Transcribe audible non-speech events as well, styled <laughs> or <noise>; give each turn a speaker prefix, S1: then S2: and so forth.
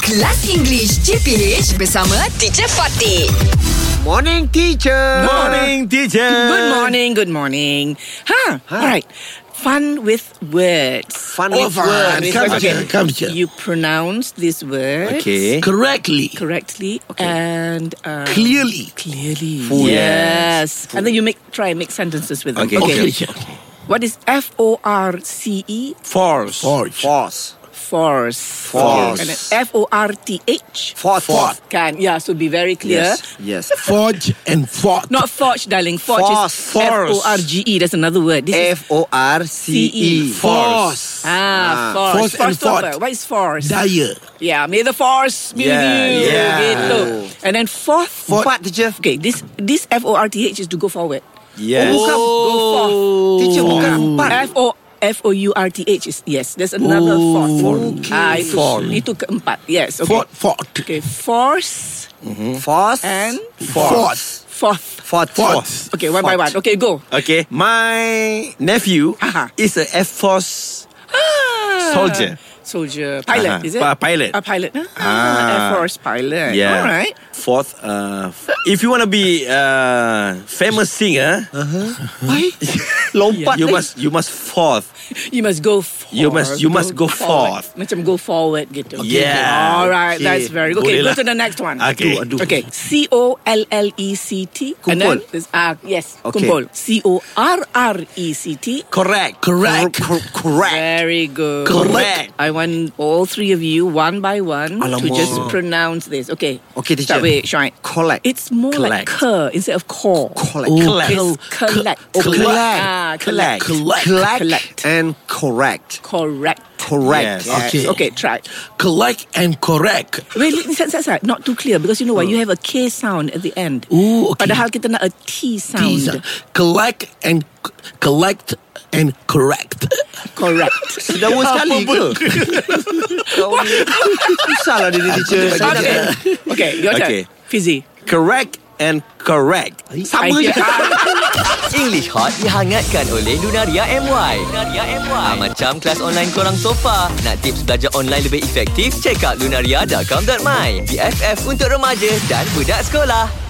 S1: Kelas English CPH bersama Teacher Fatih.
S2: Morning, teacher.
S3: Morning, teacher.
S4: Good morning, good morning. Huh? All right. Fun with words.
S2: Fun
S3: Oh,
S2: with
S3: fun.
S2: words.
S3: Come
S2: Okay.
S3: here, come here.
S4: You pronounce these words
S3: Okay.
S5: correctly,
S4: correctly and uh,
S5: clearly.
S4: clearly.
S3: Full,
S4: yes. And then you make try and make sentences with them.
S3: Okay.
S5: Okay.
S4: What is F O R C E?
S3: Force.
S5: Forge.
S2: Force.
S4: Force.
S2: Force.
S4: And then F O R T H.
S2: Force. Force.
S4: Can yeah. So be very clear.
S2: Yes. Yes.
S5: Forge and forge.
S4: Not forge, darling. Forge is
S2: Force.
S4: F O R G E. That's another word. This
S2: F
S4: is
S2: O R C E.
S4: C E.
S2: Force.
S4: Ah, force.
S5: Force and
S4: tu apa?
S5: forth.
S4: What is force?
S5: Dire.
S4: yeah, may the force be
S3: Yeah,
S4: with you.
S3: yeah.
S4: Gitu. And then fourth.
S2: What, teacher?
S4: Okay, this this F O R T H is to go forward.
S3: Yes.
S4: Bukan go forth.
S2: Teacher, bukan
S3: Oh.
S2: empat.
S4: F O F O U R T H is yes. There's another
S5: Oh,
S4: fourth.
S5: forth.
S4: Ah, itu
S5: Forth.
S4: itu keempat. Yes. Okay.
S5: Forge. Forge.
S4: Okay, force
S2: Force.
S4: and
S5: Force.
S4: fourth.
S2: Force.
S5: Force.
S4: Okay, one by one. Okay, go.
S3: Okay. My nephew
S4: Aha.
S3: is a F Force Ah. soldier.
S4: Soldier. Pilot,
S3: Aha.
S4: is it?
S3: Pa- pilot.
S4: A pilot. Ah,
S3: Ah.
S4: Air Force pilot.
S3: Yeah.
S4: All right.
S3: Fourth, uh, f- if you want to be uh, famous singer,
S4: Uh-huh.
S3: <laughs>
S2: Lompat
S3: you
S2: ni.
S3: must you must
S4: <laughs>
S3: fourth.
S4: You must go forth.
S3: You must- you must go forth.
S4: Macam go forward gitu.
S3: Yeah.
S4: All right,
S3: Okay.
S4: that's very good. Okay,
S3: Boleh
S4: go
S3: lah.
S4: to the next one.
S3: Okay. Aduh, aduh.
S4: Okay. C O L L E C T. And then
S2: Kumpul.
S4: there's- ah, yes.
S2: Okay.
S4: Kumpul. C O R R E C T.
S3: Correct.
S2: Cor-
S5: Correct.
S2: cor- Correct.
S4: Very good.
S2: Correct.
S4: I want all three of you, one by one, to
S2: Alamak.
S4: just pronounce this. Okay.
S2: Okay, teacher.
S4: Start with Shine.
S2: Collect.
S4: It's more like cur instead of core.
S2: Collect.
S4: It's
S2: Collect.
S4: collect.
S2: Oh, collect.
S4: Ah,
S2: Collect.
S4: collect.
S2: Collect.
S4: Collect.
S2: And correct.
S4: Correct.
S2: Correct.
S3: Yes.
S4: Yes.
S5: Okay.
S4: Okay, try.
S5: Collect and correct.
S4: Wait, wait, sat, sat, sat. Not too clear because you know why? You have a K sound at the end.
S5: Ooh, okay.
S4: Padahal kita nak a T sound.
S5: These are- Collect and collect and correct.
S4: Correct.
S3: <laughs>
S2: Sedawa sekali ke? <laughs> Kau ni. Susahlah dia ni, teacher.
S4: okay. okay, your turn.
S3: Okay.
S4: Fizzy.
S3: Correct and correct.
S4: Sama je.
S6: English Hot dihangatkan oleh Lunaria MY. Lunaria MY. Ha, macam kelas online korang sofa. Nak tips belajar online lebih efektif? Check out lunaria.com.my. BFF untuk remaja dan budak sekolah.